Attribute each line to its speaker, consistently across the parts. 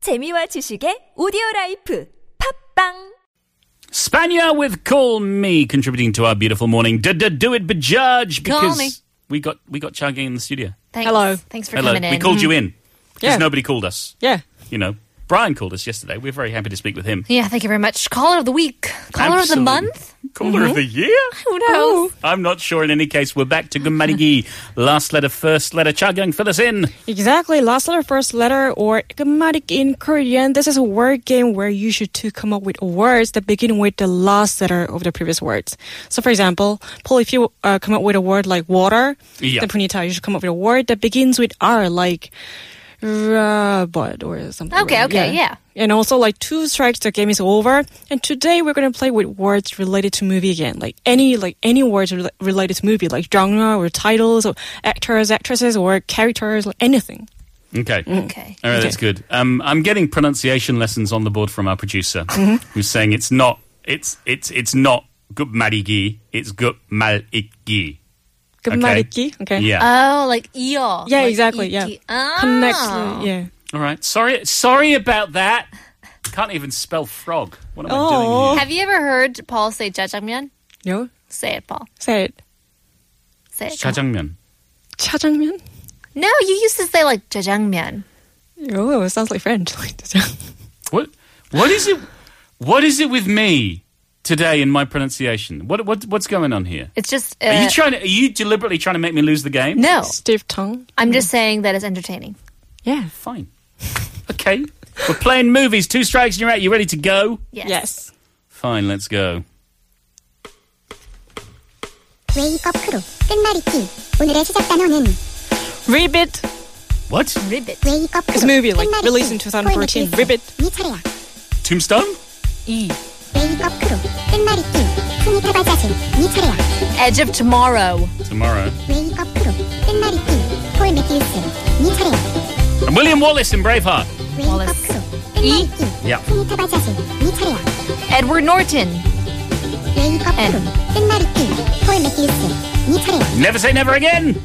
Speaker 1: 재미와 지식의 오디오 라이프 팝빵
Speaker 2: Spania with Call Me contributing to our beautiful morning. Do, do, do it, but judge
Speaker 3: Call
Speaker 2: because
Speaker 3: me.
Speaker 2: we got we got Chaggy in the studio.
Speaker 3: Thanks.
Speaker 4: Hello.
Speaker 3: Thanks for
Speaker 2: Hello,
Speaker 3: coming in.
Speaker 2: we called you in because
Speaker 4: Yeah.
Speaker 2: nobody called us.
Speaker 4: Yeah.
Speaker 2: You know, Brian called us yesterday. We're very happy to speak with him.
Speaker 3: Yeah, thank you very much. Caller of the week. Caller of the
Speaker 2: Absolutely.
Speaker 3: month? Mm-hmm. Oh.
Speaker 2: Caller of the year?
Speaker 3: Who knows?
Speaker 2: I'm not sure. In any case, we're back to Gumarigi. Last letter, first letter. Chagang, fill us in.
Speaker 4: Exactly. Last letter, first letter, or grammatic in Korean. This is a word game where you should to come up with words that begin with the last letter of the previous words. So, for example, Paul, if you uh, come up with a word like water,
Speaker 2: Yeah.
Speaker 4: then Punita, you should come up with a word that begins with R, like robot or something.
Speaker 3: Okay,
Speaker 4: right?
Speaker 3: okay, yeah.
Speaker 4: And also, like two strikes, the game is over. And today we're gonna play with words related to movie again, like any like any words rela- related to movie, like genre or titles or actors, actresses or characters, like anything.
Speaker 2: Okay.
Speaker 3: Okay.
Speaker 2: All right, that's good. Um, I'm getting pronunciation lessons on the board from our producer,
Speaker 3: Mm-hmm.
Speaker 2: who's saying it's not it's it's it's not Gumarigi. It's Gumarigi.
Speaker 4: Good okay. okay.
Speaker 2: Yeah.
Speaker 3: Oh, like EO. Like
Speaker 4: Yeah, exactly. Yeah.
Speaker 3: ET. Oh.
Speaker 4: Connects. Yeah.
Speaker 3: Uh,
Speaker 2: All right. Sorry. Sorry about that. Can't even spell frog. What am I
Speaker 4: Oh.
Speaker 2: doing here?
Speaker 3: Have you ever heard Paul say jajangmyeon?
Speaker 4: No.
Speaker 3: Say it, Paul.
Speaker 4: Say it.
Speaker 3: Say it.
Speaker 2: Jajangmyeon.
Speaker 4: 차장면.
Speaker 3: no, you used to say like jajangmyeon.
Speaker 4: Oh, it sounds like French. Like
Speaker 2: What? What is it? What is it with me today in my pronunciation? What? what what's going on here?
Speaker 3: It's just. Uh,
Speaker 2: Are you trying to? Are you deliberately trying to make me lose the game?
Speaker 3: no,
Speaker 4: stiff tongue.
Speaker 3: I'm just saying that it's entertaining.
Speaker 4: Yeah.
Speaker 2: Fine. Okay. We're playing movies. Two strikes and you're out. You ready to go?
Speaker 3: Yes.
Speaker 4: Yes.
Speaker 2: Fine. Let's go.
Speaker 5: 웨이퍼 프로 끝말잇기 오늘의 시작 단어는
Speaker 4: Ribbit.
Speaker 2: What?
Speaker 3: Ribbit.
Speaker 5: 웨이퍼 프로
Speaker 4: It's a movie like
Speaker 5: 끝말잇기.
Speaker 4: released in 2014.
Speaker 5: 코인의
Speaker 4: Ribbit.
Speaker 5: 네 차례야
Speaker 2: Tombstone?
Speaker 4: E.
Speaker 5: 웨이퍼 프로 끝말잇기 손이 타발자진 네 차례야
Speaker 3: Edge of Tomorrow.
Speaker 2: Tomorrow.
Speaker 5: 웨이퍼 프로 끝말잇기 폴 매튜스 네 차례야
Speaker 2: And William Wallace in Braveheart.
Speaker 5: 웨이퍼
Speaker 3: Wallace.
Speaker 5: 프로
Speaker 4: E?
Speaker 5: 끝말잇기
Speaker 2: 야.
Speaker 5: 손이 타발자진 네 차례야
Speaker 3: Edward Norton.
Speaker 5: 웨이퍼 프로 끝말잇기 폴 매튜스 네 차례야
Speaker 2: Never say never again.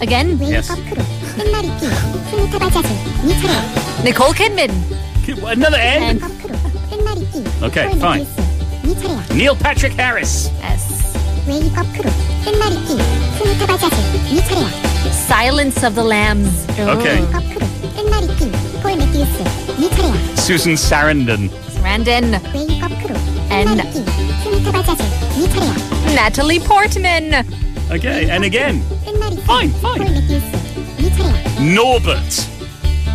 Speaker 3: Again,
Speaker 5: 웨이퍼 프로 끝말잇기 손이 타발자진 네 차례야
Speaker 3: Nicole Kidman.
Speaker 2: Another end.
Speaker 5: 웨이퍼 프로 끝말잇기
Speaker 2: Okay,
Speaker 5: 폴
Speaker 2: fine.
Speaker 5: 매튜스 네 차례야
Speaker 2: Neil Patrick Harris.
Speaker 3: Yes.
Speaker 5: 웨이퍼 프로 끝말잇기 손이 타발자진 네 차례야
Speaker 3: Silence of the Lambs.
Speaker 2: Okay.
Speaker 5: 커프로 끝말잇기 폴 매튜스 네 차례야
Speaker 2: Susan Sarandon.
Speaker 3: Randon.
Speaker 5: 웨이 커프로
Speaker 3: And-
Speaker 5: 끝말잇기 스미타 발자재 네 차례야
Speaker 3: Natalie Portman.
Speaker 2: Okay, and again,
Speaker 5: 끝말잇기
Speaker 2: Fine, fine.
Speaker 5: 폴 매튜스 네 차례야
Speaker 2: Norbert.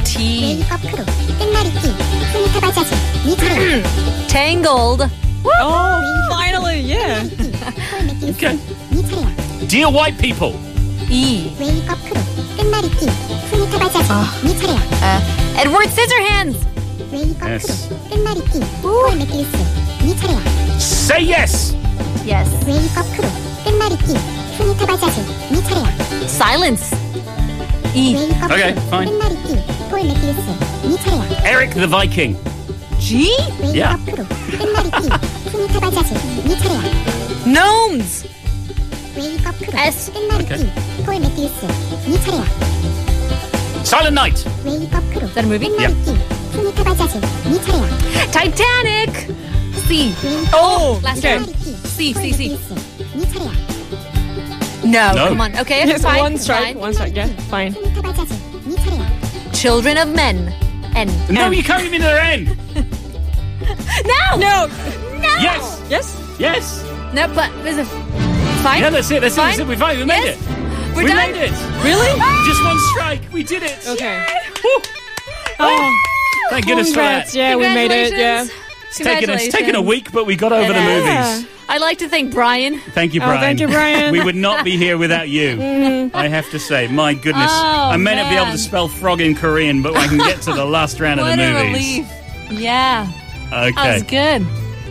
Speaker 3: T.
Speaker 5: 웨이 커프로 끝말잇기 스미타 발자재 네 차례야
Speaker 3: Tangled.
Speaker 4: Oh, finally. Yeah.
Speaker 5: 폴 매튜스
Speaker 2: Okay.
Speaker 5: 네 차례야
Speaker 2: Dear white people.
Speaker 3: E.
Speaker 5: 웨이 커프로 끝말잇기 스미타 발자재 네 차례야
Speaker 3: Uh, Edward Scissorhands.
Speaker 5: 웨이 커프
Speaker 2: Yes.
Speaker 5: 로 끝말잇기 폴 매튜스 네 차례야
Speaker 2: Say yes.
Speaker 3: Yes.
Speaker 5: 웨이 커프로 끝말잇기 스미타 발자재 네 차례야
Speaker 3: Silence. E.
Speaker 5: 웨이 커프로
Speaker 2: Okay, fine.
Speaker 5: 끝말잇기 폴 매튜스 네 차례야
Speaker 2: Eric the Viking.
Speaker 3: G.
Speaker 5: 웨이
Speaker 2: Yeah.
Speaker 5: 커프로 끝말잇기 스미타 발자재 네 차례야
Speaker 3: Gnomes.
Speaker 5: 웨이 커프로
Speaker 3: S.
Speaker 5: 끝말잇기 폴 매튜스 네 차례야
Speaker 2: Silent Night.
Speaker 5: 웨이 커프로
Speaker 3: that a movie?
Speaker 5: 끝말잇기 스미타 발자재 네 차례야
Speaker 3: Titanic. C.
Speaker 5: 웨이
Speaker 3: Oh. Last
Speaker 4: okay.
Speaker 3: one.
Speaker 5: 끝말잇기
Speaker 3: C,
Speaker 5: 폴
Speaker 3: C, C.
Speaker 5: 매튜스 네 차례야
Speaker 3: No,
Speaker 2: No.
Speaker 3: Come on. Okay.
Speaker 4: Yes,
Speaker 3: fine.
Speaker 4: one strike.
Speaker 3: fine.
Speaker 4: One strike. Yeah. Fine.
Speaker 5: 스미타 발자재 네 차례야
Speaker 3: Children of Men. N.
Speaker 2: No, you can't even their end.
Speaker 3: No.
Speaker 4: No.
Speaker 2: Yes.
Speaker 4: Oh, Yes.
Speaker 2: Yes.
Speaker 3: No. But there's a fine.
Speaker 2: Yeah, that's it. That's it. That's
Speaker 3: Fine.
Speaker 2: it. We finally we made
Speaker 3: Yes.
Speaker 2: it.
Speaker 3: We're
Speaker 2: we
Speaker 3: done.
Speaker 2: made it.
Speaker 4: Really?
Speaker 2: Just one strike. We did it.
Speaker 4: Okay.
Speaker 2: Woo.
Speaker 4: Oh,
Speaker 2: Thank goodness
Speaker 4: congrats.
Speaker 2: for that.
Speaker 4: Yeah, we made it. Yeah.
Speaker 3: Congratulations.
Speaker 2: It's taken, it's taken a
Speaker 3: Congratulations.
Speaker 2: week, but we got over the
Speaker 4: Yeah.
Speaker 2: movies.
Speaker 3: I'd like to thank Brian.
Speaker 2: Thank you,
Speaker 4: Oh,
Speaker 2: Brian.
Speaker 4: thank you, Brian.
Speaker 2: we would not be here without you. I have to say, my goodness, I
Speaker 3: Oh,
Speaker 2: may not be able to
Speaker 3: man.
Speaker 2: spell frog in Korean, but I can get to the last round of the
Speaker 3: what a
Speaker 2: movies.
Speaker 3: relief. Yeah.
Speaker 2: Okay.
Speaker 3: That was good.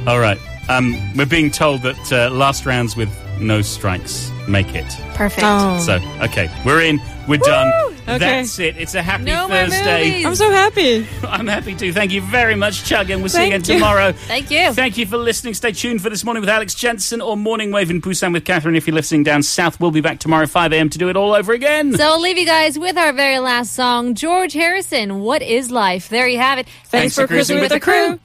Speaker 2: All right. Um, we're being told that uh, last rounds with no strikes make it.
Speaker 3: Perfect.
Speaker 4: Oh.
Speaker 2: So, okay, we're in, we're done.
Speaker 4: Okay.
Speaker 2: That's it. It's a happy
Speaker 3: No more
Speaker 2: Thursday.
Speaker 3: movies.
Speaker 4: I'm so happy.
Speaker 2: I'm happy to. Thank you very much, Chug, and we'll see you again
Speaker 4: Thank you.
Speaker 2: tomorrow.
Speaker 3: Thank you.
Speaker 2: Thank you for listening. Stay tuned for This Morning with Alex Jensen or Morning Wave in Busan with Catherine. If you're listening down south, we'll be back tomorrow 5 a.m. to do it all over again.
Speaker 3: So I'll leave you guys with our very last song, George Harrison, What is Life? There you have it.
Speaker 4: Thanks, for cruising with the crew.